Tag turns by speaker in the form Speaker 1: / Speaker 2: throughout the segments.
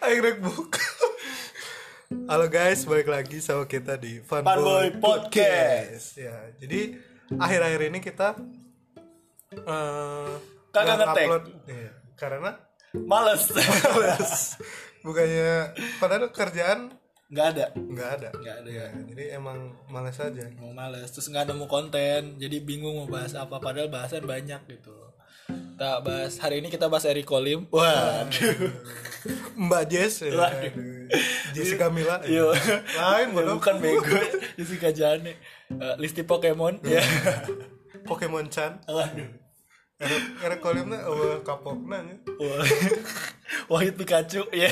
Speaker 1: Reng reng book. Halo guys, balik lagi sama kita di
Speaker 2: Fanboy
Speaker 1: Fanboy Podcast. Ya, jadi akhir-akhir ini kita eh
Speaker 2: Kagak
Speaker 1: nggak
Speaker 2: ngetek.
Speaker 1: upload. Iya, karena
Speaker 2: Males.
Speaker 1: bukannya padahal kerjaan
Speaker 2: Nggak ada.
Speaker 1: nggak ada.
Speaker 2: Nggak ada.
Speaker 1: Ya, jadi emang malas aja.
Speaker 2: Mau males, terus nggak nemu konten, jadi bingung mau bahas apa padahal bahasan banyak gitu. Kita bahas hari ini kita bahas Eric Kolim. Wah.
Speaker 1: Mbak Jess, ya,
Speaker 2: Waduh.
Speaker 1: aduh. Jessica Mila,
Speaker 2: Yo.
Speaker 1: ya. lain bodoh.
Speaker 2: bukan bego. Jessica Jane. Eh, Listi Pokemon. Ya.
Speaker 1: Pokemon Chan,
Speaker 2: Waduh.
Speaker 1: Erek Erek Kolimna, oh, kapokna ya.
Speaker 2: Wah. Wahid Pikachu. Ya.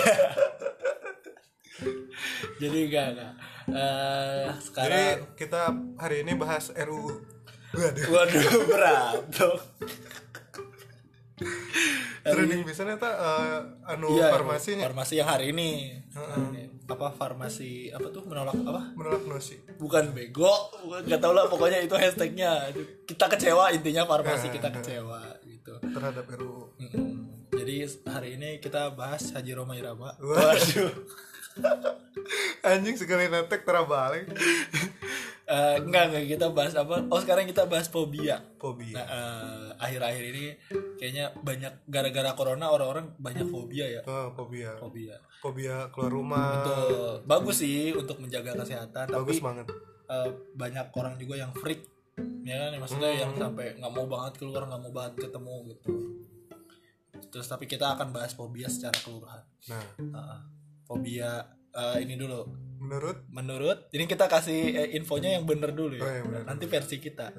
Speaker 2: Jadi enggak enggak. Eh,
Speaker 1: Jadi
Speaker 2: sekarang
Speaker 1: kita hari ini bahas RUU. Waduh,
Speaker 2: waduh berat dong.
Speaker 1: trending bisa eta eh, anu
Speaker 2: Iya,
Speaker 1: farmasinya
Speaker 2: farmasi yang hari ini. Apa farmasi apa tuh menolak apa?
Speaker 1: menolak nosi.
Speaker 2: Bukan bego, bukan nggak tahu lah pokoknya itu hashtagnya. Kita kecewa intinya farmasi kita kecewa gitu.
Speaker 1: terhadap RUU.
Speaker 2: Mm-mm. Jadi hari ini kita bahas Haji Roma Irama.
Speaker 1: Wah.
Speaker 2: Waduh.
Speaker 1: Anjing sekali netek terabalik.
Speaker 2: Eh, enggak enggak kita bahas apa? Oh sekarang kita bahas fobia. Nah,
Speaker 1: Fobia.
Speaker 2: eh, akhir-akhir ini kayaknya banyak gara-gara corona orang-orang banyak fobia ya.
Speaker 1: Oh, fobia.
Speaker 2: Fobia.
Speaker 1: Fobia keluar rumah.
Speaker 2: Tuh, bagus sih untuk menjaga kesehatan
Speaker 1: Bagus
Speaker 2: tapi
Speaker 1: banget.
Speaker 2: eh, banyak orang juga yang freak ya kan maksudnya yang
Speaker 1: Hmm.
Speaker 2: sampai nggak mau banget keluar nggak mau banget ketemu gitu terus tapi kita akan bahas fobia secara keluruhan
Speaker 1: Nah,
Speaker 2: Nah, fobia eh, ini dulu
Speaker 1: menurut
Speaker 2: menurut ini kita kasih eh, infonya yang bener dulu ya
Speaker 1: Oh, yang bener.
Speaker 2: nanti versi kita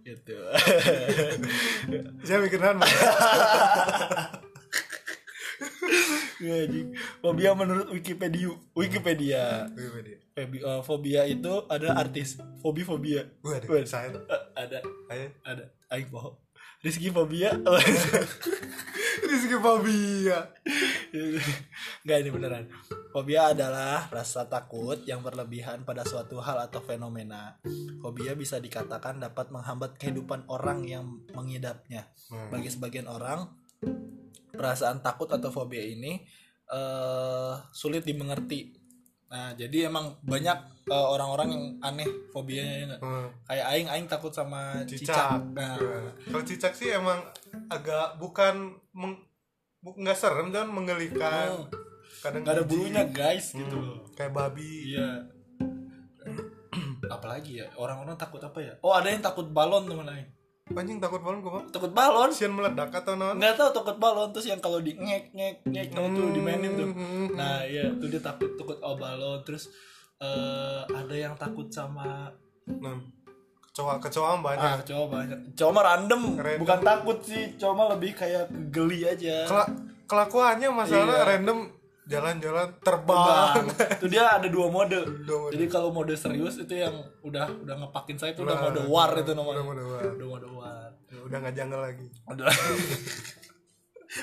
Speaker 2: gitu
Speaker 1: saya mikiran
Speaker 2: Ya, anjing. fobia menurut Wikipedia Wikipedia
Speaker 1: Wikipedia.
Speaker 2: Fobi- eh, fobia itu adalah artis fobi fobia
Speaker 1: Waduh,
Speaker 2: Waduh.
Speaker 1: saya
Speaker 2: Eh, ada
Speaker 1: ayo.
Speaker 2: ada aing poho Rizky fobia Oh.
Speaker 1: Rizky fobia.
Speaker 2: Enggak ini beneran. Fobia adalah rasa takut yang berlebihan pada suatu hal atau fenomena. Fobia bisa dikatakan dapat menghambat kehidupan orang yang mengidapnya.
Speaker 1: Nah,
Speaker 2: Bagi sebagian orang, perasaan takut atau fobia ini eh sulit dimengerti. Nah, jadi emang banyak eh, orang-orang yang aneh fobianya ya nggak?
Speaker 1: eh,
Speaker 2: Kayak aing aing takut sama cicak.
Speaker 1: cicak.
Speaker 2: Nah,
Speaker 1: Eh, Kalau cicak sih emang agak bukan meng, bu- nggak serem cuman
Speaker 2: oh,
Speaker 1: menggelikan. Kadang
Speaker 2: nggak ada
Speaker 1: jijik.
Speaker 2: bulunya, guys,
Speaker 1: Hmm,
Speaker 2: gitu loh.
Speaker 1: Kayak babi.
Speaker 2: Iya. Apalagi ya orang-orang takut apa ya? Oh ada yang takut balon teman aing.
Speaker 1: Anjing takut balon gua. Bang.
Speaker 2: Takut balon?
Speaker 1: Sian meledak atau non?
Speaker 2: Nggak tahu takut balon terus yang kalau di ngek ngek ngek nah,
Speaker 1: Hmm.
Speaker 2: itu dimainin tuh. Nah iya tuh dia takut takut oh balon terus eh ada yang takut sama
Speaker 1: Nah, kecoa kecoa banyak.
Speaker 2: ah cowok banyak cowok mah random
Speaker 1: Random.
Speaker 2: bukan takut sih cowok mah lebih kayak geli aja
Speaker 1: Kela- kelakuannya masalah
Speaker 2: Iya.
Speaker 1: random jalan-jalan terbang.
Speaker 2: Bang. tuh dia ada dua mode
Speaker 1: Dua mode.
Speaker 2: jadi kalau mode serius itu yang udah udah ngepakin saya itu udah
Speaker 1: Nah,
Speaker 2: mode war itu namanya
Speaker 1: Udah mode war.
Speaker 2: udah mode war
Speaker 1: Udah nggak janggal lagi.
Speaker 2: udah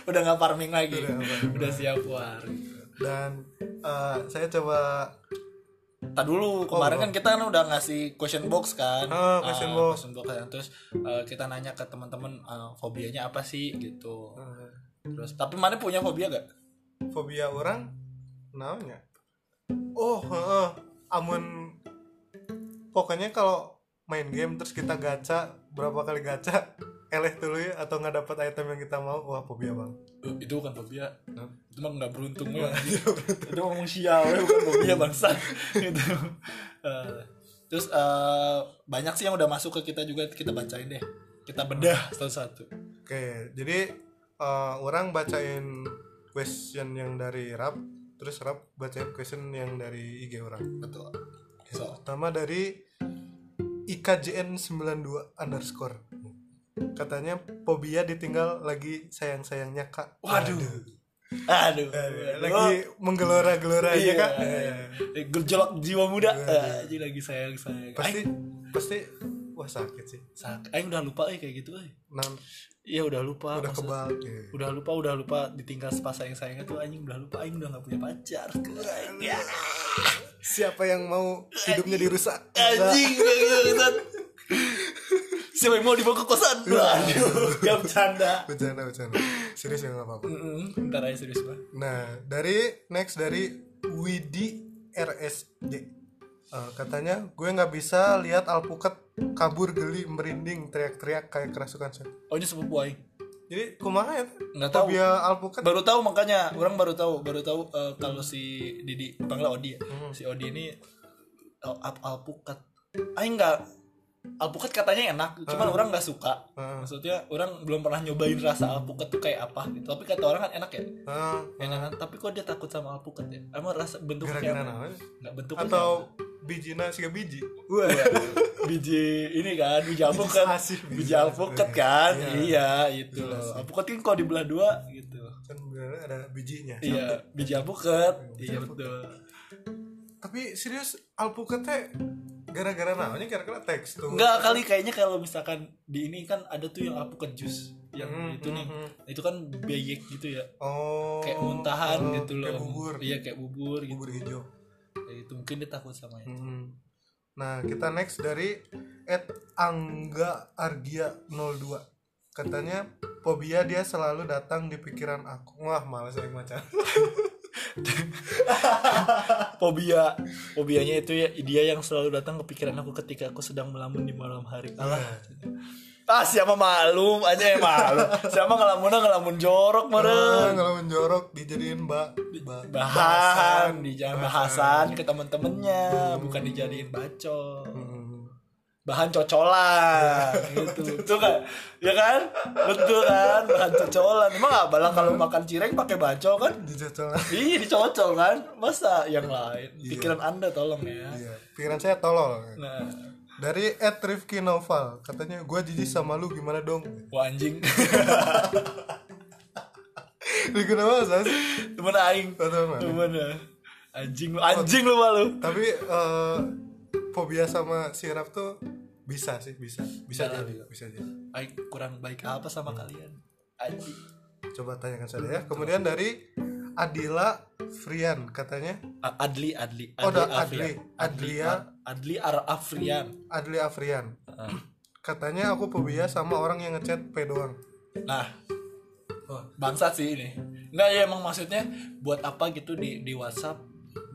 Speaker 2: udah nggak farming lagi
Speaker 1: Udah
Speaker 2: Iya. udah,
Speaker 1: nggak farming
Speaker 2: siap war
Speaker 1: Dan eh, saya coba
Speaker 2: Tadi dulu kemarin kan kita kan udah ngasih question box kan Ah,
Speaker 1: Ah, question box.
Speaker 2: kan. terus eh, kita nanya ke teman-teman eh, fobianya apa sih gitu
Speaker 1: eh,
Speaker 2: terus tapi mana punya fobia gak
Speaker 1: fobia orang namanya. Oh, heeh. amun pokoknya kalau main game terus kita gacha berapa kali gacha eleh dulu ya atau nggak dapat item yang kita mau wah fobia bang
Speaker 2: Eh, itu bukan fobia
Speaker 1: Hah?
Speaker 2: itu mah nggak beruntung ya itu ngomong sial ya bukan fobia bangsa gitu Eh, terus eh, banyak sih yang udah masuk ke kita juga kita bacain deh kita bedah satu-satu
Speaker 1: Oke, jadi eh, orang bacain question yang dari Rap, terus Rap bacain question yang dari IG orang.
Speaker 2: betul so
Speaker 1: Pertama dari IKJN92 underscore. Katanya fobia ditinggal lagi sayang-sayangnya kak.
Speaker 2: Waduh. Aduh. Oh,
Speaker 1: Waduh.
Speaker 2: Lagi
Speaker 1: Lagi menggelora-gelora aja
Speaker 2: iya,
Speaker 1: kak.
Speaker 2: iya. Gejolak jiwa muda. Aja lagi sayang sayang.
Speaker 1: Pasti,
Speaker 2: Aing,
Speaker 1: pasti, wah sakit sih.
Speaker 2: sak- Aing udah lupa eh kayak gitu eh.
Speaker 1: Nan,
Speaker 2: Iya udah lupa.
Speaker 1: udah
Speaker 2: maksud- Iya.
Speaker 1: kebal.
Speaker 2: Udah lupa, udah lupa ditinggal pas sayang sayangnya tuh anjing udah lupa anjing udah gak punya pacar. Ya,
Speaker 1: Siapa yang mau hidupnya dirusak?
Speaker 2: Anjing udah gitu kan. Siapa yang mau dibawa ke kosan? Waduh, gak ya bercanda.
Speaker 1: Bercanda, bercanda. serius ya nggak apa-apa
Speaker 2: Mm-mm, Bentar aja serius banget.
Speaker 1: Nah, dari next dari Widi RSJ. Eh, katanya gue nggak bisa lihat alpukat kabur geli merinding teriak-teriak kayak kerasukan setan.
Speaker 2: Oh ini sepupu aing.
Speaker 1: Jadi kumaha ya?
Speaker 2: Nggak tahu.
Speaker 1: Fobia alpukat
Speaker 2: Baru tahu makanya orang baru tahu, baru tahu eh, kalau si Didi panggil Odi ya. Si Odi ini al- al- alpukat. Aing enggak alpukat katanya enak, cuman orang nggak suka.
Speaker 1: Heeh.
Speaker 2: Maksudnya orang belum pernah nyobain rasa alpukat tuh kayak apa gitu. Tapi kata orang kan enak ya.
Speaker 1: Heeh.
Speaker 2: Enak kan? Tapi kok dia takut sama alpukat ya? Emang rasa bentuknya
Speaker 1: gara-gara
Speaker 2: kayak apa?
Speaker 1: naon?
Speaker 2: Nggak bentuknya.
Speaker 1: Atau bijina siga biji.
Speaker 2: Wah, biji ini kan biji alpukat
Speaker 1: selasih, biji
Speaker 2: biji alpukat kan iya
Speaker 1: Biji
Speaker 2: itu
Speaker 1: selasih.
Speaker 2: alpukat kan kalau dibelah dua gitu
Speaker 1: Kan beneran ada bijinya.
Speaker 2: iya biji alpukat iya
Speaker 1: Biji alpukat.
Speaker 2: betul
Speaker 1: Tapi serius alpukatnya gara-gara naonnya kira-kira tekstur.
Speaker 2: enggak kali kayaknya kalau misalkan di ini kan ada tuh yang alpukat jus yang
Speaker 1: Hmm,
Speaker 2: itu
Speaker 1: hmm,
Speaker 2: nih
Speaker 1: hmm.
Speaker 2: itu kan beyek gitu ya
Speaker 1: Oh.
Speaker 2: kayak muntahan
Speaker 1: oh,
Speaker 2: gitu loh
Speaker 1: Kayak bubur.
Speaker 2: iya kayak bubur gitu
Speaker 1: Bubur hijau.
Speaker 2: Ya, itu mungkin dia takut sama ya. itu
Speaker 1: Mhm. Nah, kita next dari Ed Angga Argia 02. Katanya fobia dia selalu datang di pikiran aku. Wah, males ya, yang macam.
Speaker 2: fobia fobianya itu ya dia yang selalu datang ke pikiran aku ketika aku sedang melamun di malam hari alah Ah siapa malum aja yang malum. Siapa ngelamunnya ngelamun jorok
Speaker 1: Ah,
Speaker 2: meren.
Speaker 1: kalau menjorok dijadiin mbak
Speaker 2: Bahan,
Speaker 1: ba- bahasan.
Speaker 2: dijadiin bahasan ke temen-temennya, bukan dijadiin bacot.
Speaker 1: Mhm.
Speaker 2: Bahan cocolan gitu. Itu kan, ya kan? Betul kan? Bahan cocolan. Emang nggak balang kalau makan cireng pakai bacot kan?
Speaker 1: Dicocolan.
Speaker 2: Iya dicocol kan? Masa yang lain?
Speaker 1: Iya.
Speaker 2: Pikiran anda tolong ya.
Speaker 1: Iya, pikiran saya tolol.
Speaker 2: Nah,
Speaker 1: Dari Ed Rifki Noval, katanya gue jijik sama lu gimana dong?
Speaker 2: wah anjing.
Speaker 1: Rifki Noval siapa sih?
Speaker 2: Temen aing.
Speaker 1: Teman-teman mana?
Speaker 2: Temen ah. Anjing lu, anjing lu malu.
Speaker 1: tapi eh fobia sama sirap tuh bisa sih bisa bisa
Speaker 2: Bisa,
Speaker 1: jadi bisa jadi
Speaker 2: Aing kurang baik apa sama kalian? Anjing.
Speaker 1: coba tanyakan saja ya kemudian dari Adila Frian katanya
Speaker 2: A- Adli Adli
Speaker 1: Oh, udah,
Speaker 2: Afrian.
Speaker 1: Adli. Adlia.
Speaker 2: Ar- Adli ya. Ar Afrian.
Speaker 1: Adli Afrian
Speaker 2: Ah.
Speaker 1: katanya aku fobia sama orang yang ngechat p doang
Speaker 2: Nah, bangsat sih ini. Enggak ya emang maksudnya buat apa gitu di di WhatsApp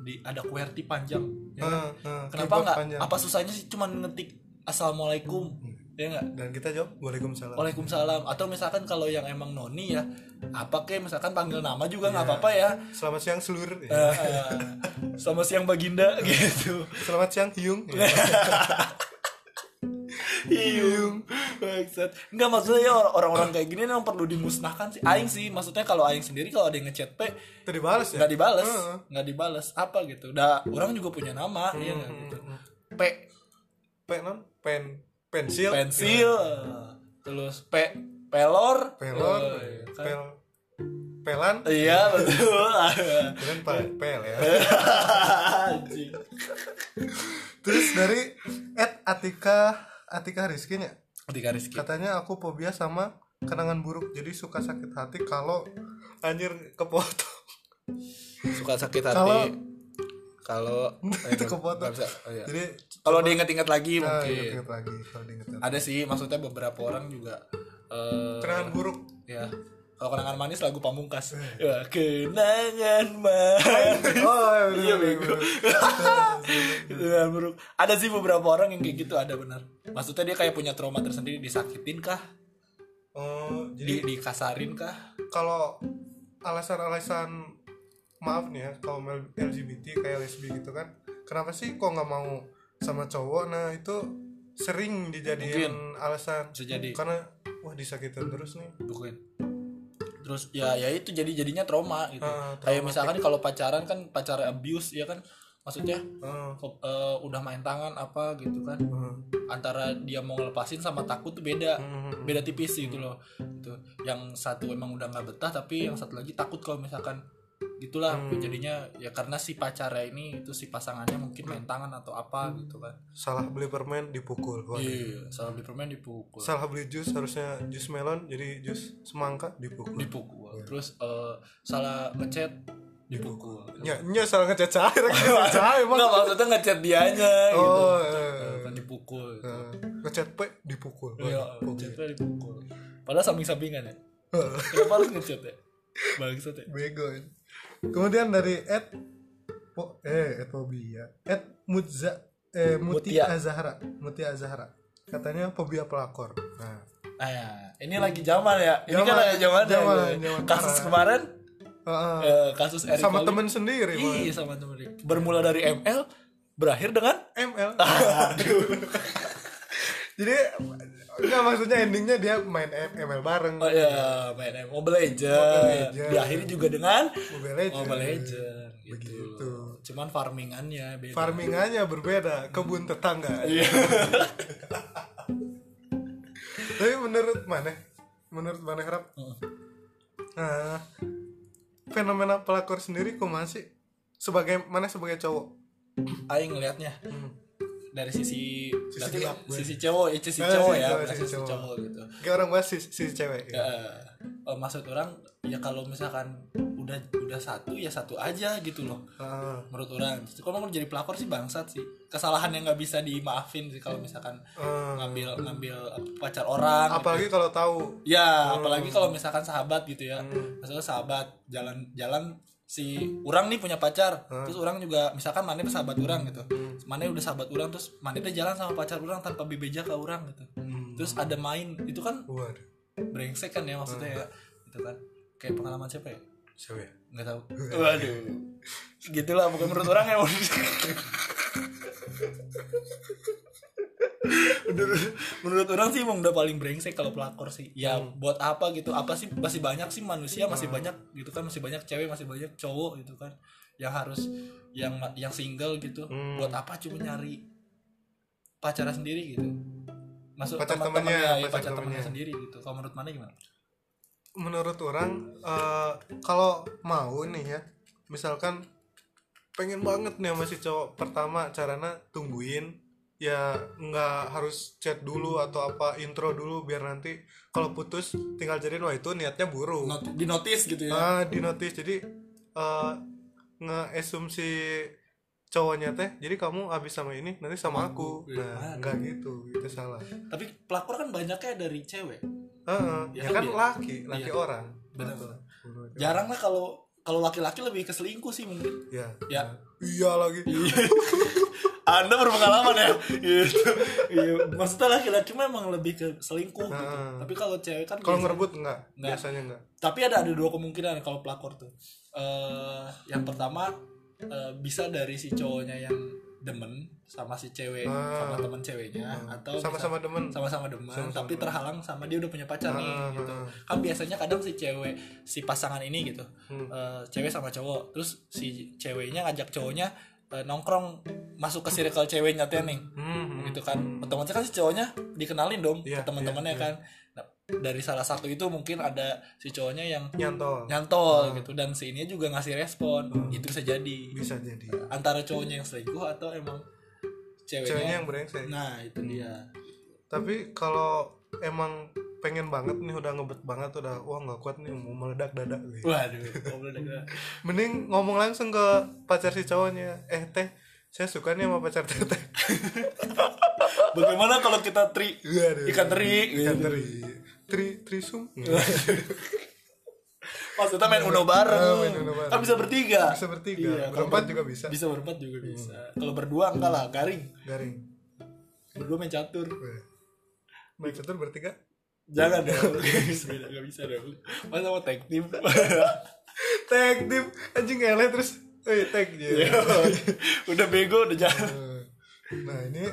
Speaker 2: di ada QWERTY panjang. ya kan?
Speaker 1: Eh, eh,
Speaker 2: Kenapa
Speaker 1: keyboard
Speaker 2: nggak?
Speaker 1: panjang.
Speaker 2: Apa susahnya sih cuma ngetik assalamualaikum ya nggak?
Speaker 1: dan kita jawab waalaikumsalam
Speaker 2: Waalaikumsalam atau misalkan kalau yang emang noni ya apa kayak misalkan panggil nama juga
Speaker 1: Iya.
Speaker 2: nggak apa-apa ya.
Speaker 1: selamat siang Ya. seluruh
Speaker 2: Eh, eh, Selamat siang Baginda gitu.
Speaker 1: selamat siang Hyung Ya.
Speaker 2: Hiung Bangsat Enggak maksudnya ya or- orang-orang kayak gini yang perlu dimusnahkan sih Aing sih maksudnya kalau Aing sendiri kalau ada yang ngechat P
Speaker 1: itu dibales ya
Speaker 2: Nggak dibales
Speaker 1: Heeh. Hmm.
Speaker 2: Nggak dibales Apa gitu Udah orang juga punya nama Iya nggak gitu P
Speaker 1: p hmm. non pen pensil
Speaker 2: Pensil Terus P Pelor
Speaker 1: pelon
Speaker 2: Eh, kan.
Speaker 1: pel pelan
Speaker 2: Iya betul
Speaker 1: kemudian pa- pel ya
Speaker 2: Anjing.
Speaker 1: Terus dari Ed Atika Atika Rizky nya
Speaker 2: Ketika Rizky
Speaker 1: katanya aku fobia sama kenangan buruk jadi suka sakit hati kalau anjir kepotong
Speaker 2: Suka sakit
Speaker 1: Kalau-
Speaker 2: hati Kalau
Speaker 1: itu kepotong
Speaker 2: Bangsa, oh iya.
Speaker 1: jadi
Speaker 2: Kalau diingat-ingat lagi
Speaker 1: nah,
Speaker 2: mungkin
Speaker 1: inget lagi kalau diinget
Speaker 2: ada sih maksudnya beberapa orang juga eh
Speaker 1: kenangan buruk
Speaker 2: ya kalau kenangan manis lagu pamungkas
Speaker 1: Eh.
Speaker 2: ya, kenangan manis
Speaker 1: oh
Speaker 2: Iya,
Speaker 1: iya
Speaker 2: bego. Kenangan buruk. Iya, ada sih beberapa orang yang kayak gitu ada benar maksudnya dia kayak punya trauma tersendiri disakitin kah
Speaker 1: oh
Speaker 2: di
Speaker 1: jadi
Speaker 2: dikasarin kah
Speaker 1: kalau alasan-alasan maaf nih ya kalau mel- LGBT kayak lesbi gitu kan kenapa sih kok nggak mau sama cowok nah itu sering dijadiin alasan
Speaker 2: bisa jadi
Speaker 1: karena wah disakitin terus nih
Speaker 2: bukan terus ya ya itu jadi jadinya trauma gitu
Speaker 1: Ah,
Speaker 2: kayak
Speaker 1: traumatik.
Speaker 2: misalkan kalau pacaran kan pacar abuse ya kan maksudnya
Speaker 1: Heeh.
Speaker 2: kok, eh, udah main tangan apa gitu kan
Speaker 1: Heeh.
Speaker 2: antara dia mau ngelepasin sama takut tuh beda
Speaker 1: Hmm.
Speaker 2: beda tipis gitu loh gitu yang satu emang udah nggak betah tapi yang satu lagi takut kalau misalkan gitulah
Speaker 1: Hmm.
Speaker 2: jadinya ya karena si pacarnya ini itu si pasangannya mungkin main tangan atau apa gitu kan
Speaker 1: salah beli permen dipukul Hmm. Waduh.
Speaker 2: iya salah beli permen dipukul
Speaker 1: salah beli jus harusnya jus melon jadi jus semangka dipukul
Speaker 2: dipukul
Speaker 1: Iya.
Speaker 2: terus eh, salah ngechat dipukul
Speaker 1: nya nya salah ngecat cair ngecat cair Bang.
Speaker 2: nggak gitu. maksudnya ngechat dianya gitu
Speaker 1: oh
Speaker 2: Eh,
Speaker 1: eh,
Speaker 2: kan dipukul gitu.
Speaker 1: eh, ngecat p dipukul
Speaker 2: Iya,
Speaker 1: Waduh, gitu? fobia.
Speaker 2: ngechatnya dipukul padahal samping-sampingan ya Kenapa harus ngechat ya? Bangsat ya?
Speaker 1: bego ya. kemudian dari Ed po, eh Ed Pobia Ed Mutza eh
Speaker 2: Mutia.
Speaker 1: Mutia Azahra Mutia Azahra katanya Pobia pelakor nah
Speaker 2: Ah, ya. ini lagi zaman ya. Ini
Speaker 1: Zaman,
Speaker 2: kan lagi zaman,
Speaker 1: zaman,
Speaker 2: ya. gue.
Speaker 1: zaman
Speaker 2: Kasus
Speaker 1: parah.
Speaker 2: kemarin
Speaker 1: Heeh.
Speaker 2: eh, kasus Erick
Speaker 1: sama
Speaker 2: Thohir.
Speaker 1: temen sendiri Bang.
Speaker 2: Iya, sama temen. Bermula dari ML berakhir dengan
Speaker 1: ML jadi nggak maksudnya endingnya dia main M- ML bareng
Speaker 2: Oh ya, main ML Mobile
Speaker 1: Mobile
Speaker 2: Legends.
Speaker 1: Legends.
Speaker 2: Diakhiri juga dengan
Speaker 1: Mobile Legends.
Speaker 2: iya. Oh, Mobile Legends gitu.
Speaker 1: Begitu.
Speaker 2: Cuman farmingannya beda.
Speaker 1: farmingannya berbeda kebun tetangga
Speaker 2: Iya.
Speaker 1: tapi menurut mana menurut mana harap Nah, fenomena pelakor sendiri kok masih sebagai mana sebagai cowok
Speaker 2: Aing ngelihatnya
Speaker 1: Hmm.
Speaker 2: dari sisi
Speaker 1: Sisi
Speaker 2: berarti
Speaker 1: gelap gue.
Speaker 2: sisi cowok, eh, sisi
Speaker 1: Eh,
Speaker 2: cowok
Speaker 1: sisi
Speaker 2: ya,
Speaker 1: cowok,
Speaker 2: bukan
Speaker 1: sisi
Speaker 2: sisi
Speaker 1: cowok.
Speaker 2: cowok gitu.
Speaker 1: kayak orang bahas si, si cewek ya.
Speaker 2: Eh, eh, maksud orang ya kalau misalkan udah udah satu ya satu aja gitu loh
Speaker 1: Ah,
Speaker 2: menurut orang Terus kalau mau jadi pelakor sih bangsat sih kesalahan yang nggak bisa dimaafin sih kalau misalkan
Speaker 1: ah.
Speaker 2: ngambil ngambil pacar orang gitu.
Speaker 1: apalagi kalau tahu
Speaker 2: Ya, apalagi kalau misalkan sahabat gitu ya.
Speaker 1: Hmm.
Speaker 2: Maksudnya sahabat jalan-jalan si orang nih punya pacar, terus orang juga misalkan mana sahabat orang gitu.
Speaker 1: Hmm.
Speaker 2: Mana udah sahabat orang terus mana teh jalan sama pacar orang tanpa bebeja ke orang gitu.
Speaker 1: Hmm.
Speaker 2: Terus ada main, itu kan
Speaker 1: waduh
Speaker 2: brengsek kan ya maksudnya ya. Itu kan kayak pengalaman siapa ya?
Speaker 1: cewek
Speaker 2: Enggak tahu. Waduh. Gitulah bukan menurut orang ya. menurut, menurut orang sih emang udah paling brengsek kalau pelakor sih. Ya buat apa gitu? Apa sih masih banyak sih manusia masih banyak gitu kan masih banyak cewek masih banyak cowok gitu kan yang harus yang ma- yang single gitu.
Speaker 1: Hmm.
Speaker 2: Buat apa cuma nyari pacara sendiri gitu? Masuk
Speaker 1: Pacar
Speaker 2: teman-temannya
Speaker 1: temannya,
Speaker 2: ya,
Speaker 1: pacar
Speaker 2: pacar temannya
Speaker 1: temannya.
Speaker 2: sendiri gitu. Kalau menurut mana gimana?
Speaker 1: menurut orang eh, kalau mau nih ya misalkan pengen banget nih sama si cowok pertama caranya tungguin ya nggak harus chat dulu atau apa intro dulu biar nanti kalau putus tinggal jadiin wah itu niatnya buruk
Speaker 2: Not- di notice gitu ya.
Speaker 1: ah di notice jadi eh ngeasumsi cowoknya teh jadi kamu habis sama ini nanti sama aku
Speaker 2: Iya.
Speaker 1: nah nggak gitu itu salah
Speaker 2: Tapi pelakor kan banyaknya dari cewek.
Speaker 1: Heeh,
Speaker 2: Ya
Speaker 1: ya
Speaker 2: kan
Speaker 1: kan
Speaker 2: dia-
Speaker 1: laki laki
Speaker 2: iya.
Speaker 1: orang
Speaker 2: Benar,
Speaker 1: Betul.
Speaker 2: jarang lah kalau kalau laki-laki lebih ke selingkuh sih mungkin
Speaker 1: ya
Speaker 2: Ya.
Speaker 1: iya lagi
Speaker 2: anda berpengalaman ya gitu. Iya, maksudnya laki-laki memang lebih ke selingkuh gitu
Speaker 1: Nah.
Speaker 2: tapi kalau cewek kan
Speaker 1: kalau
Speaker 2: biasa-
Speaker 1: ngerebut enggak
Speaker 2: Nggak.
Speaker 1: biasanya enggak
Speaker 2: tapi ada ada dua kemungkinan kalau pelakor tuh eh yang pertama eh, bisa dari si cowoknya yang demen sama si cewek
Speaker 1: Ah.
Speaker 2: sama teman ceweknya Ya, atau
Speaker 1: sama-sama
Speaker 2: bisa-
Speaker 1: demen
Speaker 2: sama-sama demen
Speaker 1: Sama-sama
Speaker 2: tapi
Speaker 1: demen.
Speaker 2: terhalang sama dia udah punya pacar nih
Speaker 1: Ah,
Speaker 2: gitu
Speaker 1: ah.
Speaker 2: kan biasanya kadang si cewek si pasangan ini gitu
Speaker 1: Hmm.
Speaker 2: eh, cewek sama cowok terus si ceweknya ngajak cowoknya eh, nongkrong masuk ke circle ceweknya teh nih
Speaker 1: Hmm,
Speaker 2: gitu kan otomatis kan si cowoknya dikenalin dong ke
Speaker 1: Iya,
Speaker 2: teman-temannya
Speaker 1: iya, iya.
Speaker 2: kan Nah, dari salah satu itu mungkin ada si cowoknya yang
Speaker 1: nyantol
Speaker 2: nyantol
Speaker 1: Hmm.
Speaker 2: gitu dan si ini juga ngasih respon
Speaker 1: Hmm.
Speaker 2: itu bisa jadi
Speaker 1: bisa jadi
Speaker 2: antara cowoknya yang selingkuh atau emang
Speaker 1: ceweknya
Speaker 2: ceweknya,
Speaker 1: yang Hmm. brengsek
Speaker 2: nah itu dia
Speaker 1: tapi kalau emang pengen banget nih udah ngebet banget udah wah nggak kuat nih mau meledak dada gitu
Speaker 2: waduh goblok dah.
Speaker 1: mending ngomong langsung ke pacar si cowoknya eh teh saya suka nih sama pacar teteh
Speaker 2: bagaimana kalau kita tri
Speaker 1: Waduh.
Speaker 2: Ikan teri. Iya.
Speaker 1: ikan teri iya. tri trisum Iya,
Speaker 2: maksudnya main uno
Speaker 1: Ah,
Speaker 2: bareng,
Speaker 1: main Uno bareng.
Speaker 2: kan bisa bertiga
Speaker 1: bisa bertiga
Speaker 2: Iya, kalau
Speaker 1: berempat juga bisa
Speaker 2: bisa Hmm. berempat juga bisa kalau berdua enggak lah garing
Speaker 1: garing
Speaker 2: berdua main catur
Speaker 1: Weh. main catur bertiga
Speaker 2: jangan dong Nggak bisa nggak bisa dong masa mau tag team
Speaker 1: tag tim anjing ele terus eh tag
Speaker 2: Ya,
Speaker 1: dia
Speaker 2: udah bego udah jalan
Speaker 1: Eh, nah ini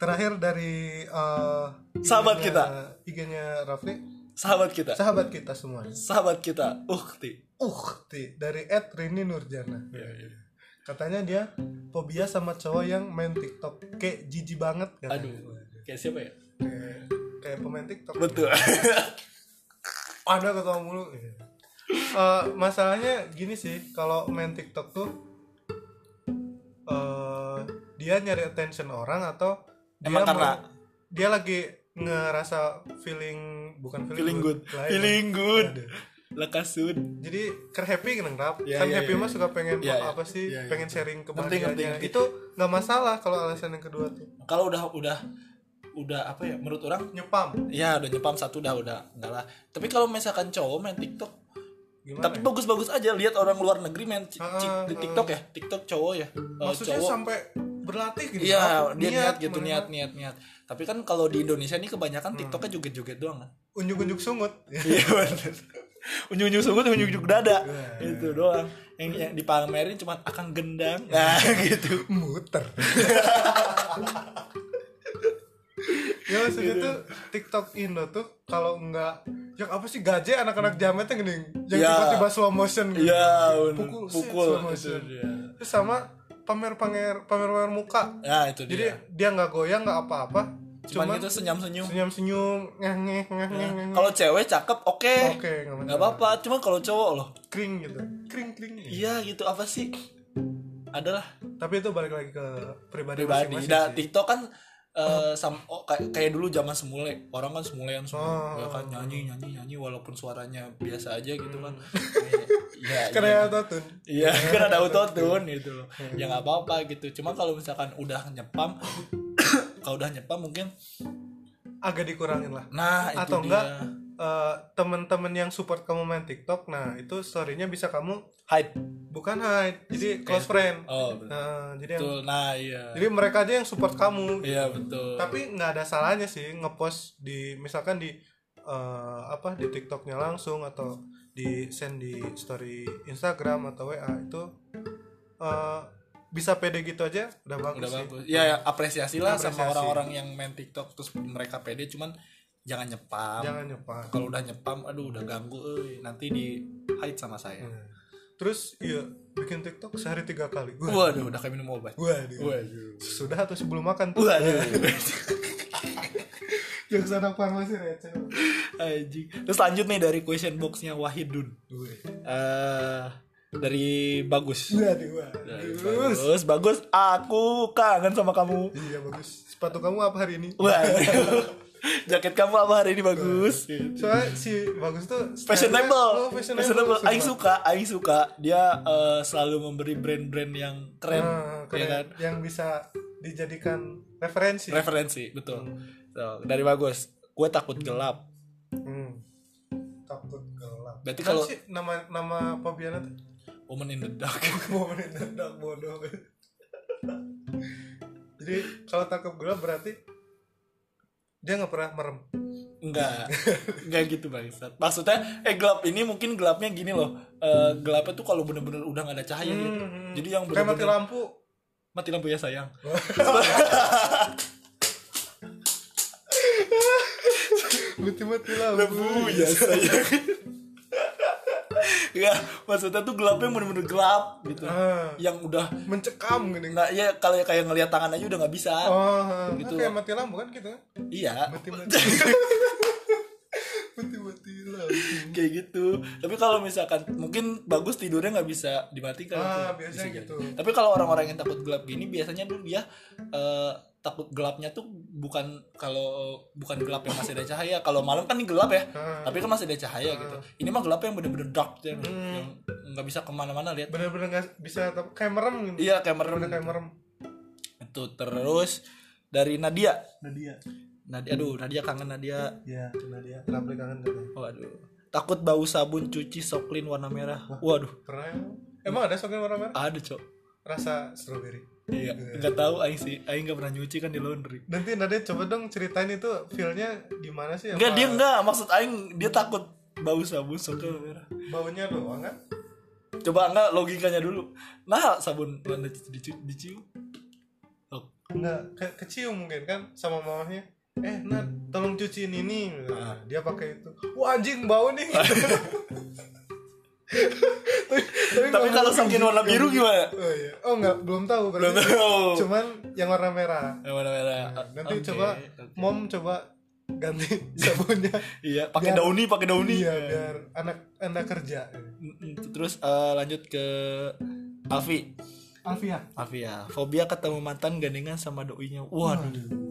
Speaker 1: terakhir dari eh,
Speaker 2: Sahabat
Speaker 1: IG-nya-
Speaker 2: kita.
Speaker 1: IG-nya Rafli
Speaker 2: sahabat kita
Speaker 1: sahabat kita semua
Speaker 2: sahabat kita ukti Ya,
Speaker 1: ukti dari Ed Rini Nurjana katanya dia fobia sama cowok yang main TikTok kayak jijik banget katanya.
Speaker 2: aduh kayak siapa ya
Speaker 1: kayak, kayak pemain TikTok
Speaker 2: betul
Speaker 1: ada ketemu mulu Iya. Eh, masalahnya gini sih kalau main TikTok tuh eh dia nyari attention orang atau dia
Speaker 2: Emang karena?
Speaker 1: mau- dia lagi ngerasa feeling bukan feeling,
Speaker 2: feeling good
Speaker 1: lain.
Speaker 2: feeling good
Speaker 1: Aduh.
Speaker 2: lekasut
Speaker 1: jadi ker happy kan rap
Speaker 2: Ya,
Speaker 1: kan
Speaker 2: ya,
Speaker 1: happy
Speaker 2: ya,
Speaker 1: mah suka pengen
Speaker 2: Ya, ya.
Speaker 1: apa sih
Speaker 2: Ya, ya.
Speaker 1: pengen sharing
Speaker 2: ngerti,
Speaker 1: kebahagiaannya
Speaker 2: ngerti.
Speaker 1: itu nggak masalah kalau alasan yang kedua tuh
Speaker 2: kalau udah udah udah apa ya menurut orang
Speaker 1: nyepam
Speaker 2: ya udah nyepam satu dah udah enggak lah tapi kalau misalkan cowok main TikTok
Speaker 1: gimana
Speaker 2: tapi eh,
Speaker 1: ya?
Speaker 2: bagus-bagus aja lihat orang luar negeri main ci-
Speaker 1: Ah,
Speaker 2: ci- di
Speaker 1: ah.
Speaker 2: TikTok ya TikTok cowok ya Eh,
Speaker 1: maksudnya
Speaker 2: cowok
Speaker 1: sampai berlatih gitu
Speaker 2: Iya,
Speaker 1: apa?
Speaker 2: dia niat, gitu,
Speaker 1: mana-
Speaker 2: niat, niat, niat. Tapi kan kalau di Indonesia ini kebanyakan TikToknya joget-joget doang kan.
Speaker 1: unjuk-unjuk sungut
Speaker 2: Iya bener. Unjuk-unjuk sungut, unjuk-unjuk dada.
Speaker 1: Wah.
Speaker 2: Itu doang. Iya, Yang, yang dipamerin cuma akan gendang. Nah, gitu.
Speaker 1: muter ya maksudnya
Speaker 2: Gitu.
Speaker 1: tuh TikTok Indo tuh kalau nggak yang apa sih gaje anak-anak jametnya gini
Speaker 2: Hmm.
Speaker 1: yang
Speaker 2: Ya.
Speaker 1: tiba-tiba slow motion gitu.
Speaker 2: Iya, bener.
Speaker 1: Pukul,
Speaker 2: pukul,
Speaker 1: set, slow motion.
Speaker 2: Itu dia.
Speaker 1: terus sama pamer-pamer pamer-pamer muka
Speaker 2: Nah, itu
Speaker 1: jadi
Speaker 2: dia.
Speaker 1: dia nggak goyang nggak apa-apa
Speaker 2: Cuman,
Speaker 1: cuman,
Speaker 2: itu senyum-senyum.
Speaker 1: senyum-senyum ngeh ngeh ngeh ngeh
Speaker 2: Nah,
Speaker 1: ngeh, ngeh.
Speaker 2: Kalau cewek cakep, oke.
Speaker 1: oke nggak
Speaker 2: Nggak
Speaker 1: masalah.
Speaker 2: apa-apa. Cuma kalau cowok loh,
Speaker 1: kring gitu kring kring
Speaker 2: iya gitu apa sih? Adalah
Speaker 1: tapi itu balik lagi ke pribadi
Speaker 2: pribadi.
Speaker 1: masing-masing
Speaker 2: Nah,
Speaker 1: sih.
Speaker 2: TikTok kan eh sam oh, kayak, kayak dulu zaman semule orang kan semulean semua
Speaker 1: Oh.
Speaker 2: ya kan nyanyi nyanyi nyanyi walaupun suaranya biasa aja gitu kan ya,
Speaker 1: Hmm. karena Hmm. totun
Speaker 2: iya kan ada autotune gitu loh ya nggak apa-apa gitu cuma kalau misalkan udah nyepam kalau udah nyepam mungkin
Speaker 1: agak dikurangin lah
Speaker 2: nah itu
Speaker 1: Atau
Speaker 2: dia.
Speaker 1: enggak, Eh, temen-temen yang support kamu main TikTok nah
Speaker 2: Hmm.
Speaker 1: itu storynya bisa kamu
Speaker 2: hide
Speaker 1: bukan hide jadi close friend
Speaker 2: oh betul
Speaker 1: nah, jadi yang-
Speaker 2: nah iya
Speaker 1: jadi mereka aja yang support kamu
Speaker 2: iya betul
Speaker 1: tapi nggak ada salahnya sih ngepost di misalkan di eh, apa di TikToknya langsung atau di send di story Instagram atau WA itu eh, bisa pede gitu aja udah bagus
Speaker 2: udah
Speaker 1: sih
Speaker 2: bagus ya, ya, apresiasi lah sama
Speaker 1: Apresiasi.
Speaker 2: orang-orang yang main TikTok terus mereka pede cuman jangan nyepam
Speaker 1: jangan nyepak
Speaker 2: kalau udah nyepam aduh udah ganggu euy. nanti di hide sama saya
Speaker 1: Hmm. terus iya bikin TikTok sehari tiga kali gue
Speaker 2: waduh udah kayak minum obat
Speaker 1: gue
Speaker 2: waduh
Speaker 1: sudah atau sebelum makan tuh
Speaker 2: waduh
Speaker 1: yang sana farmasi receh
Speaker 2: Anjing. terus lanjut nih dari question boxnya Wahidun
Speaker 1: gue
Speaker 2: eh dari bagus
Speaker 1: waduh
Speaker 2: Dari
Speaker 1: bagus
Speaker 2: bagus bagus aku kangen sama kamu
Speaker 1: iya bagus sepatu kamu apa hari ini
Speaker 2: waduh jaket kamu apa hari ini bagus
Speaker 1: soalnya si bagus tuh style-nya-
Speaker 2: fashionable,
Speaker 1: oh, fashionable,
Speaker 2: fashionable.
Speaker 1: sumpah.
Speaker 2: Aing suka, Aing suka. Dia eh, selalu memberi brand-brand yang keren,
Speaker 1: Ah, keren.
Speaker 2: ya kan?
Speaker 1: yang bisa dijadikan referensi
Speaker 2: Referensi, betul. So, dari bagus. Gue takut gelap.
Speaker 1: Hmm. takut gelap
Speaker 2: Berarti
Speaker 1: Kan
Speaker 2: kalau-
Speaker 1: sih nama nama Fabiana tuh
Speaker 2: Woman in the dark.
Speaker 1: mau menendang bodoh jadi kalau tangkap gelap berarti dia nggak pernah merem
Speaker 2: Enggak. Enggak gitu, Bangsat. Maksudnya eh gelap ini mungkin gelapnya gini loh. Eh, gelapnya tuh kalau bener-bener udah nggak ada cahaya gitu.
Speaker 1: Hmm.
Speaker 2: Jadi yang
Speaker 1: kayak mati
Speaker 2: bener-bener-
Speaker 1: lampu
Speaker 2: mati lampu ya sayang
Speaker 1: mati mati lampu
Speaker 2: ya sayang. ya, maksudnya tuh gelapnya bener-bener gelap gitu.
Speaker 1: Ah,
Speaker 2: Yang udah
Speaker 1: mencekam gini Ah,
Speaker 2: nggak ya kalau kayak ngelihat tangan aja udah nggak bisa
Speaker 1: oh
Speaker 2: Gitu.
Speaker 1: gitu kayak mati lampu kan gitu kan
Speaker 2: iya
Speaker 1: mati mati mati mati lampu
Speaker 2: kayak gitu tapi kalau misalkan mungkin bagus tidurnya nggak bisa dimatikan
Speaker 1: Ah,
Speaker 2: tuh.
Speaker 1: biasanya
Speaker 2: Bisa
Speaker 1: gitu.
Speaker 2: jadi. tapi kalau orang-orang yang takut gelap gini biasanya tuh dia eh, takut gelapnya tuh bukan kalau bukan gelap yang masih ada cahaya kalau malam kan ini gelap ya
Speaker 1: Ah. Hmm.
Speaker 2: tapi kan masih ada cahaya gitu ini mah gelap yang bener-bener dark yang yang nggak bisa kemana-mana lihat
Speaker 1: bener-bener nggak bisa tau- kayak merem gitu
Speaker 2: iya kayak
Speaker 1: bener
Speaker 2: merem
Speaker 1: kayak merem
Speaker 2: itu terus dari Nadia
Speaker 1: Nadia
Speaker 2: Nadia aduh Nadia kangen Nadia
Speaker 1: ya Nadia kenapa dia kangen katanya
Speaker 2: Waduh. Takut bau sabun cuci soklin warna merah. Waduh,
Speaker 1: pernah emang emang ada soalnya warna merah
Speaker 2: ada cok.
Speaker 1: rasa strawberry
Speaker 2: Iya, nggak tahu aing sih. Aing nggak pernah nyuci kan di laundry.
Speaker 1: nanti Nadia coba dong ceritain itu feelnya gimana sih
Speaker 2: Enggak,
Speaker 1: apa
Speaker 2: dia enggak. Maksud aing dia takut bau sabun soklin warna merah.
Speaker 1: baunya doang kan
Speaker 2: Coba enggak logikanya dulu. Nah, sabun warna dicu- dicium. Oh,
Speaker 1: nggak ke- kecium mungkin kan sama mamahnya eh Nat tolong cuciin ini nah, dia pakai itu wah anjing bau nih
Speaker 2: Tapi kalau saking warna biru gimana?
Speaker 1: oh iya oh nggak belum tahu
Speaker 2: Belum
Speaker 1: berarti
Speaker 2: tahu.
Speaker 1: cuman yang warna merah
Speaker 2: Yang Eh, warna merah.
Speaker 1: Nah, nanti
Speaker 2: Oke,
Speaker 1: coba
Speaker 2: oke.
Speaker 1: mom coba ganti sabunnya
Speaker 2: Iya, pakai
Speaker 1: biar-
Speaker 2: dauni, pakai dauni.
Speaker 1: iya biar anak anak kerja
Speaker 2: Mm, mm. Terus eh, lanjut ke Alfi.
Speaker 1: Alfian
Speaker 2: Alfi ya, fobia ketemu mantan gandengan sama doinya. Waduh.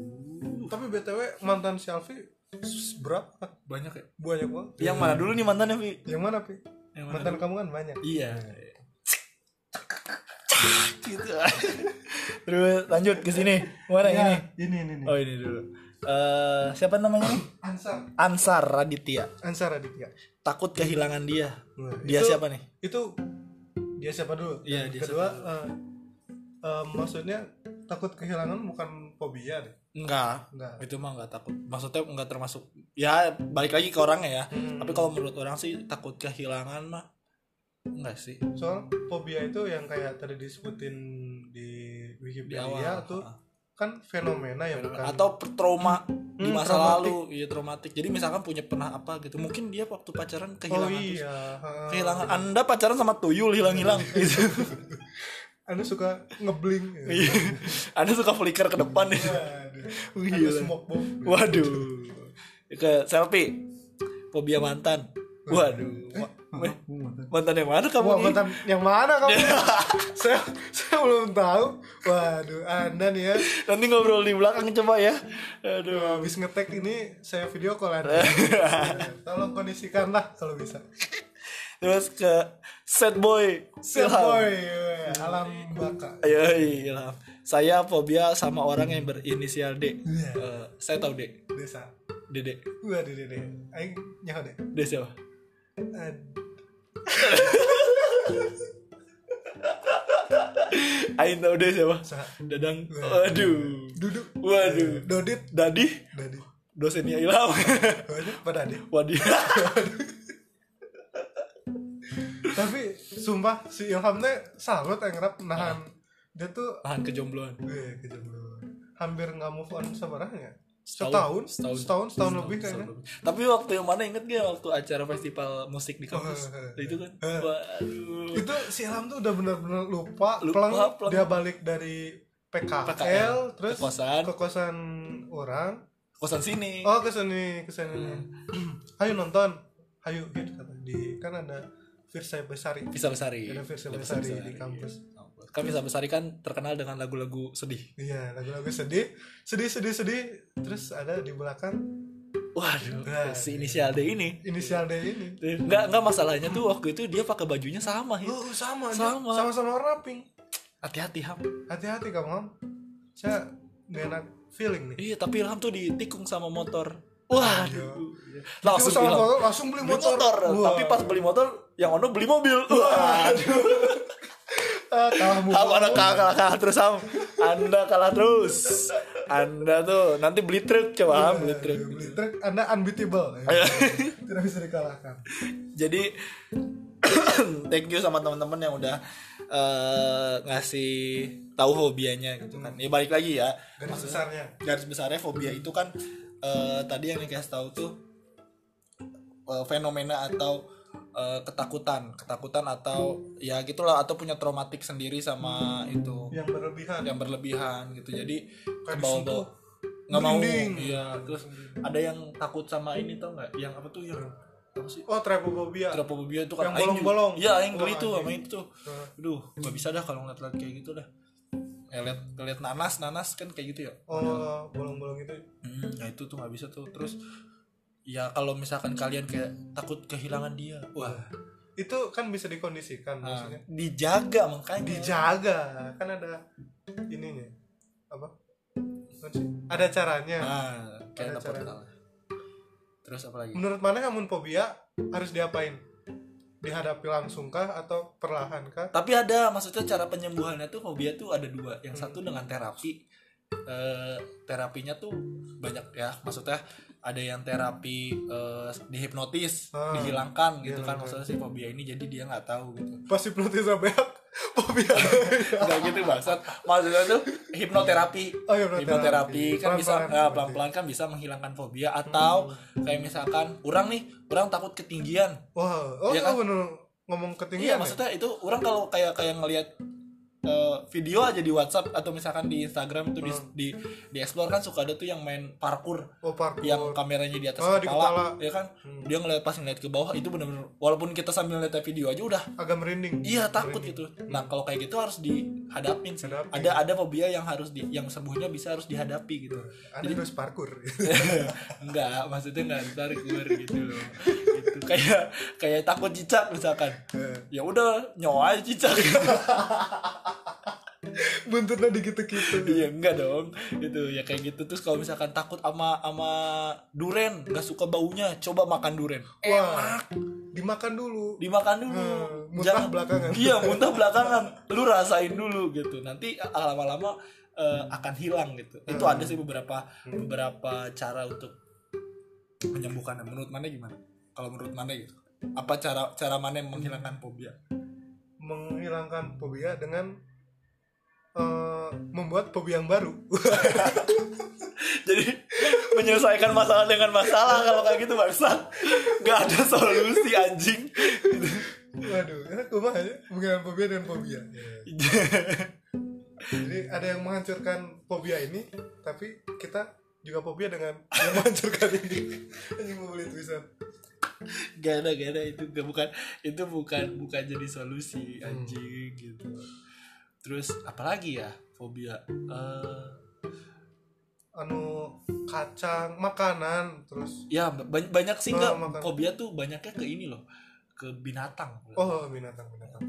Speaker 1: tapi btw mantan si Alfi s- berapa
Speaker 2: banyak ya
Speaker 1: banyak banget
Speaker 2: yang mana dulu nih mantannya Vi
Speaker 1: yang mana pi
Speaker 2: yang mana
Speaker 1: mantan kamu kan banyak
Speaker 2: dulu? iya gitu terus lanjut ke sini mana ini
Speaker 1: Ya, ini ini ini
Speaker 2: oh ini dulu eh siapa namanya nih?
Speaker 1: Ansar
Speaker 2: Ansar Raditya.
Speaker 1: Ansar Aditya
Speaker 2: Takut kehilangan dia.
Speaker 1: Nah,
Speaker 2: Dia
Speaker 1: itu-
Speaker 2: siapa nih?
Speaker 1: itu dia siapa dulu
Speaker 2: Iya,
Speaker 1: Dan
Speaker 2: dia
Speaker 1: kedua
Speaker 2: siapa
Speaker 1: eh, eh, maksudnya takut kehilangan bukan fobia deh
Speaker 2: Enggak,
Speaker 1: enggak
Speaker 2: itu mah enggak takut. Maksudnya enggak termasuk ya balik lagi ke orangnya ya.
Speaker 1: Hmm.
Speaker 2: Tapi kalau menurut orang sih takut kehilangan mah enggak sih.
Speaker 1: soal fobia itu yang kayak tadi disebutin di
Speaker 2: Di
Speaker 1: Wikipedia
Speaker 2: awal
Speaker 1: Iya tuh
Speaker 2: Ah.
Speaker 1: kan fenomena ya bukan
Speaker 2: atau per- trauma di
Speaker 1: Hmm,
Speaker 2: masa
Speaker 1: traumatik.
Speaker 2: lalu, iya traumatik. Jadi misalkan punya pernah apa gitu. Mungkin dia waktu pacaran
Speaker 1: oh
Speaker 2: kehilangan terus-
Speaker 1: iya ha.
Speaker 2: kehilangan Anda pacaran sama tuyul hilang-hilang gitu.
Speaker 1: Iya. anda suka ngebling
Speaker 2: Iya. Anda suka flicker ke depan gitu.
Speaker 1: Waduh.
Speaker 2: Gila.
Speaker 1: Anda smoke bomb
Speaker 2: Waduh. Ke selfie. Fobia mantan. Waduh. Ma- eh, mantan yang mana kamu?
Speaker 1: Wah,
Speaker 2: Ih?
Speaker 1: mantan yang mana kamu? saya saya belum tahu. Waduh, Anda nih ya
Speaker 2: Nanti ngobrol di belakang coba ya. Aduh.
Speaker 1: habis ngetek ini saya video call Anda. Tolong kondisikanlah kalau bisa.
Speaker 2: Terus ke sad boy.
Speaker 1: Sad
Speaker 2: Ilham.
Speaker 1: boy, weh, alam baka.
Speaker 2: Ayo, Ilham. Saya fobia sama orang yang berinisial D.
Speaker 1: Iya.
Speaker 2: Eh, saya tahu D.
Speaker 1: Desa.
Speaker 2: Dede.
Speaker 1: Gua di deh. Aing nyaho deh.
Speaker 2: D siapa?
Speaker 1: Eh,
Speaker 2: Ain tahu D siapa?
Speaker 1: Saha.
Speaker 2: Dadang.
Speaker 1: Iya.
Speaker 2: Waduh.
Speaker 1: Duduk. Eh,
Speaker 2: Waduh.
Speaker 1: Dodit.
Speaker 2: Dadi
Speaker 1: Dadi.
Speaker 2: dosennya Ilham.
Speaker 1: Waduh, pada adik.
Speaker 2: Waduh.
Speaker 1: Tapi sumpah si Ilham teh salut yang ngerap nahan dia tuh
Speaker 2: Tahan kejombloan.
Speaker 1: gue kejombloan. Hampir nggak move on sebarangnya.
Speaker 2: Setahun.
Speaker 1: Setahun,
Speaker 2: Setahun.
Speaker 1: setahun, setahun, lebih
Speaker 2: Setahun
Speaker 1: kayaknya.
Speaker 2: lebih. Tapi waktu yang mana inget gak waktu acara festival musik di kampus?
Speaker 1: Oh,
Speaker 2: itu kan.
Speaker 1: eh.
Speaker 2: Waduh.
Speaker 1: itu si Ilham tuh udah bener-bener lupa,
Speaker 2: Lupa,
Speaker 1: peleng,
Speaker 2: peleng.
Speaker 1: dia balik dari PKL,
Speaker 2: PKL,
Speaker 1: terus
Speaker 2: ke kosan.
Speaker 1: ke kosan orang
Speaker 2: Kosan sini.
Speaker 1: oh ke sini ke sini ayo nonton ayo gitu kata di kan ada Virsa Besari
Speaker 2: Bisa Besari.
Speaker 1: ada Virsa
Speaker 2: Bisa
Speaker 1: Besari di
Speaker 2: Besari.
Speaker 1: kampus
Speaker 2: Kan Bisa Besari kan terkenal dengan lagu-lagu sedih.
Speaker 1: iya lagu-lagu sedih sedih sedih sedih terus ada di belakang
Speaker 2: Waduh.
Speaker 1: Nah.
Speaker 2: Si inisial D ini.
Speaker 1: inisial D ini
Speaker 2: Enggak, enggak masalahnya tuh waktu itu dia pakai bajunya sama. Hit.
Speaker 1: oh sama
Speaker 2: Iya. Sama.
Speaker 1: sama sama warna pink
Speaker 2: Hati-hati Ham.
Speaker 1: hati-hati kamu Ham saya gak enak feeling nih
Speaker 2: Iya, tapi Ilham tuh ditikung sama motor. Waduh. Langsung
Speaker 1: Iya. sama
Speaker 2: Ilham.
Speaker 1: motor, langsung beli
Speaker 2: Beli
Speaker 1: motor,
Speaker 2: motor.
Speaker 1: Wah.
Speaker 2: Tapi pas beli motor, yang ono beli mobil. Waduh.
Speaker 1: Ah, kalah mulu.
Speaker 2: Ham anda kalah, kalah, kalah terus Ham. Anda kalah terus. Anda tuh nanti beli truk coba Ham, beli truk.
Speaker 1: Beli truk, Anda unbeatable.
Speaker 2: Iya.
Speaker 1: Ya. Tidak bisa dikalahkan.
Speaker 2: Jadi thank you sama teman-teman yang udah eh, ngasih tahu hobianya gitu kan. Ya balik lagi ya.
Speaker 1: Garis besarnya.
Speaker 2: garis besarnya fobia itu kan eh, tadi yang dikasih tahu tuh eh, fenomena atau eh, ketakutan, ketakutan atau ya gitulah atau punya traumatik sendiri sama itu
Speaker 1: Yang berlebihan.
Speaker 2: yang berlebihan gitu. Jadi
Speaker 1: Kayak
Speaker 2: kebawa-bawa
Speaker 1: disentuh.
Speaker 2: nggak mau.
Speaker 1: Kan Merinding.
Speaker 2: Iya, terus ada yang takut sama ini tau nggak? Yang apa tuh yang apa sih?
Speaker 1: Oh, trypophobia.
Speaker 2: Tropofobia itu kan
Speaker 1: Yang
Speaker 2: aing juga-
Speaker 1: bolong-bolong.
Speaker 2: Iya, aing
Speaker 1: Wah,
Speaker 2: geli tuh sama
Speaker 1: anjing.
Speaker 2: itu.
Speaker 1: Nah,
Speaker 2: Aduh, nggak bisa dah kalau ngeliat-ngeliat kayak gitu dah. Ya, lihat lihat nanas, nanas kan kayak gitu ya.
Speaker 1: Oh, bolong-bolong itu.
Speaker 2: Hmm, nah itu tuh nggak bisa tuh terus ya kalau misalkan kalian kayak takut kehilangan dia wah
Speaker 1: Itu kan bisa dikondisikan
Speaker 2: nah,
Speaker 1: maksudnya.
Speaker 2: dijaga makanya
Speaker 1: Dijaga. Kan ada ininya. Apa? Apa sih? Ada caranya.
Speaker 2: nah kayak
Speaker 1: Ada
Speaker 2: dapet
Speaker 1: caranya.
Speaker 2: salah. terus apa lagi
Speaker 1: Menurut mana kamu fobia harus diapain? Dihadapi langsung kah atau perlahan kah?
Speaker 2: tapi ada maksudnya cara penyembuhannya tuh fobia tuh ada dua yang satu
Speaker 1: Hmm.
Speaker 2: dengan terapi Eh, terapinya tuh banyak ya maksudnya ada yang terapi eh, dihipnotis
Speaker 1: Ah, iya.
Speaker 2: dihilangkan gitu kan
Speaker 1: dihilangkan.
Speaker 2: maksudnya si fobia ini jadi dia nggak tahu gitu
Speaker 1: Pas hipnotis beak, fobia.
Speaker 2: nggak gitu bangsat maksudnya tuh hipnoterapi
Speaker 1: Oh, hipnoterapi.
Speaker 2: hipnoterapi kan bisa
Speaker 1: Iya. Pelan-pelan. Hmm.
Speaker 2: nah, pelan-pelan kan bisa menghilangkan fobia atau kayak misalkan orang nih orang takut ketinggian
Speaker 1: Wah, oh,
Speaker 2: Iya kan?
Speaker 1: lu bener ngomong
Speaker 2: iya
Speaker 1: ketinggian. ya?
Speaker 2: maksudnya itu orang kalau kayak kayak ngelihat eh, video aja di WhatsApp atau misalkan di Instagram tuh di
Speaker 1: Hmm.
Speaker 2: di di explore kan suka ada tuh yang main parkour
Speaker 1: Oh, parkour.
Speaker 2: yang kameranya di atas
Speaker 1: Oh, di
Speaker 2: kepala,
Speaker 1: kepala.
Speaker 2: ya kan dia ngeliat pas ngeliat ke bawah itu bener-bener walaupun kita sambil ngeliat video aja udah
Speaker 1: agak merinding.
Speaker 2: Iya takut
Speaker 1: Merinding.
Speaker 2: gitu. Nah kalau kayak gitu harus dihadapin sih.
Speaker 1: Hmm, Hadapin.
Speaker 2: Ada ada fobia yang harus di yang sembuhnya bisa harus dihadapi gitu.
Speaker 1: Anda harus parkur.
Speaker 2: enggak, maksudnya enggak ntar keluar gitu loh. Gitu. Kayak kayak takut cicak misalkan. Ya udah nyawa aja cicak.
Speaker 1: buntutnya di gitu-gitu
Speaker 2: Iya enggak dong Itu ya kayak gitu Terus kalau misalkan takut sama sama duren Gak suka baunya Coba makan duren
Speaker 1: wah dimakan dulu
Speaker 2: Dimakan dulu
Speaker 1: Hmm, muntah
Speaker 2: Jangan-
Speaker 1: belakangan
Speaker 2: Iya muntah belakangan Lu rasain dulu gitu Nanti lama-lama eh, akan hilang gitu Itu
Speaker 1: Hmm.
Speaker 2: ada sih beberapa
Speaker 1: Hmm.
Speaker 2: Beberapa cara untuk Menyembuhkannya Menurut mana gimana? Kalau menurut mana gitu Apa cara cara mana yang menghilangkan fobia?
Speaker 1: menghilangkan fobia dengan eh, membuat fobia yang baru
Speaker 2: Jadi menyelesaikan masalah dengan masalah kalau kayak gitu bangsa nggak ada solusi anjing.
Speaker 1: waduh ya, kumaha ya menghilangkan fobia dan fobia
Speaker 2: Iya.
Speaker 1: jadi ada yang menghancurkan fobia ini tapi kita juga fobia dengan yang menghancurkan ini anjing mau beli tulisan
Speaker 2: gak ada gak ada itu gak bukan itu bukan bukan jadi solusi
Speaker 1: Hmm.
Speaker 2: anjing gitu. Terus apalagi ya fobia? Eh,
Speaker 1: anu kacang makanan terus
Speaker 2: ya ba- banyak sih
Speaker 1: Oh,
Speaker 2: nggak
Speaker 1: makan.
Speaker 2: fobia tuh banyaknya ke ini loh ke binatang.
Speaker 1: oh binatang binatang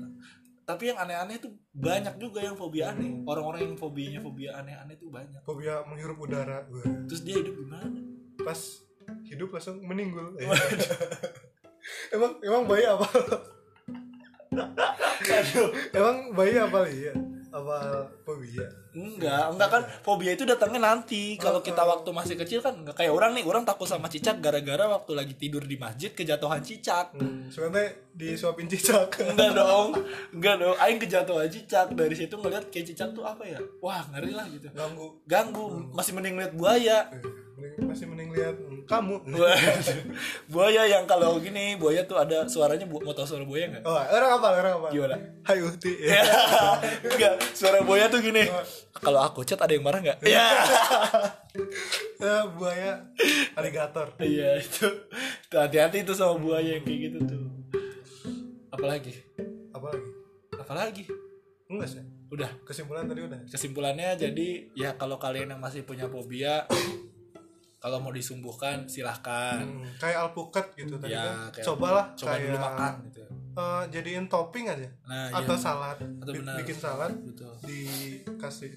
Speaker 2: Tapi yang aneh-aneh tuh banyak juga yang fobia
Speaker 1: Hmm.
Speaker 2: aneh. Orang-orang yang fobianya fobia aneh-aneh tuh banyak.
Speaker 1: fobia menghirup udara Wah.
Speaker 2: Terus dia hidup gimana?
Speaker 1: pas hidup langsung meninggul Eh. emang emang bayi apa
Speaker 2: Aduh.
Speaker 1: emang bayi apa iya apa fobia
Speaker 2: Enggak, enggak kan fobia itu datangnya nanti. Kalau
Speaker 1: Iya. Oh,
Speaker 2: kita
Speaker 1: oh.
Speaker 2: waktu masih kecil kan enggak kayak orang nih, orang takut sama cicak gara-gara waktu lagi tidur di masjid kejatuhan cicak.
Speaker 1: hmm. sebenarnya disuapin cicak
Speaker 2: Enggak dong. Enggak dong. Aing kejatuhan cicak. Dari situ ngeliat kayak cicak tuh apa ya? Wah, ngeri lah gitu.
Speaker 1: ganggu
Speaker 2: Ganggu, masih mending lihat buaya.
Speaker 1: Eh, mending- masih mending lihat hmm, kamu
Speaker 2: Buaya- buaya yang kalau gini, buaya tuh ada suaranya bu- mau tau suara buaya enggak?
Speaker 1: oh orang apa orang apa
Speaker 2: Gimana? Ya.
Speaker 1: Hai Uhti
Speaker 2: enggak, suara buaya tuh gini. Kalau aku chat ada yang marah enggak? Iya.
Speaker 1: Eh, buaya aligator
Speaker 2: Iya itu Tuh, hati-hati itu sama buaya yang kayak gitu tuh. Apalagi?
Speaker 1: apa lagi
Speaker 2: Apalagi?
Speaker 1: enggak sih
Speaker 2: Udah
Speaker 1: kesimpulan tadi udah
Speaker 2: kesimpulannya jadi ya kalau kalian yang masih punya fobia kalau mau disumbuhkan silahkan
Speaker 1: Hmm, kayak alpukat gitu tadi
Speaker 2: Ya,
Speaker 1: kan
Speaker 2: kayak
Speaker 1: cobalah
Speaker 2: coba
Speaker 1: kayak
Speaker 2: dulu makan gitu.
Speaker 1: eh, jadiin topping aja
Speaker 2: Nah gitu.
Speaker 1: atau
Speaker 2: iya
Speaker 1: salad
Speaker 2: Atau
Speaker 1: Bi-
Speaker 2: benar.
Speaker 1: bikin salad
Speaker 2: betul.
Speaker 1: dikasih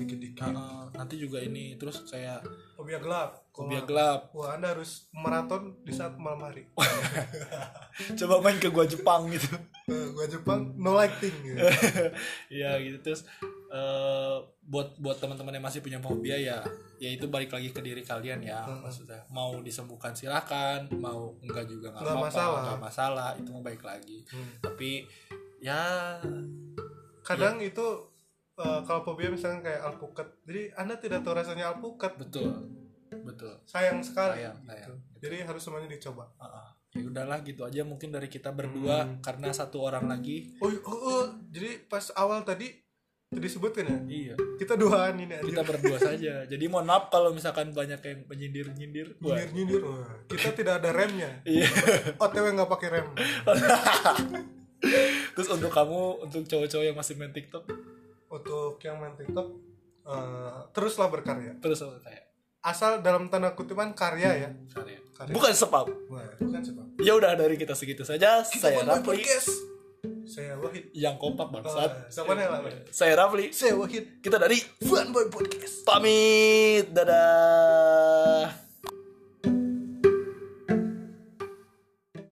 Speaker 2: Nah,
Speaker 1: dikit-dikit
Speaker 2: eh, nanti juga ini terus kayak
Speaker 1: fobia gelap Kalau-
Speaker 2: fobia gelap
Speaker 1: wah anda harus maraton di saat malam hari
Speaker 2: coba main ke gua Jepang gitu
Speaker 1: Eh, gua Jepang no lighting gitu.
Speaker 2: ya gitu terus eh buat buat teman-teman yang masih punya fobia ya ya itu balik lagi ke diri kalian ya
Speaker 1: Hmm.
Speaker 2: maksudnya mau disembuhkan silakan mau enggak juga nggak
Speaker 1: Nggak
Speaker 2: apa-apa
Speaker 1: masalah.
Speaker 2: nggak masalah itu mau baik lagi
Speaker 1: Hmm.
Speaker 2: tapi ya
Speaker 1: kadang itu eh, kalau fobia misalnya kayak alpukat jadi anda tidak tahu rasanya alpukat
Speaker 2: betul betul
Speaker 1: sayang sekali
Speaker 2: Sayang,
Speaker 1: gitu.
Speaker 2: sayang.
Speaker 1: jadi harus semuanya dicoba
Speaker 2: Heeh. ya udahlah gitu aja mungkin dari kita berdua
Speaker 1: Hmm.
Speaker 2: karena satu orang lagi
Speaker 1: oh, iya, oh, oh. jadi pas awal tadi disebutkan ya
Speaker 2: iya
Speaker 1: kita doaan ini aja
Speaker 2: kita berdua saja jadi mohon maaf kalau misalkan banyak yang menyindir nyindir
Speaker 1: nyindir nyindir kita tidak ada remnya
Speaker 2: iya
Speaker 1: otw nggak pakai rem
Speaker 2: terus untuk kamu untuk cowok-cowok yang masih main TikTok
Speaker 1: untuk yang main tiktok eh, teruslah berkarya
Speaker 2: terus apa kayak
Speaker 1: asal dalam tanda kutipan karya ya
Speaker 2: Karya.
Speaker 1: Karya.
Speaker 2: Bukan spam.
Speaker 1: Wah, bukan siapa
Speaker 2: Ya udah dari kita segitu saja. saya
Speaker 1: Teman-teman
Speaker 2: Rafli
Speaker 1: podcast. saya wahid
Speaker 2: yang kompak
Speaker 1: Ah,
Speaker 2: bangsat.
Speaker 1: siapa nih, Rafli?
Speaker 2: Saya Rafli.
Speaker 1: saya wahid
Speaker 2: Kita dari
Speaker 1: fun boy podcast
Speaker 2: pamit. Dadah.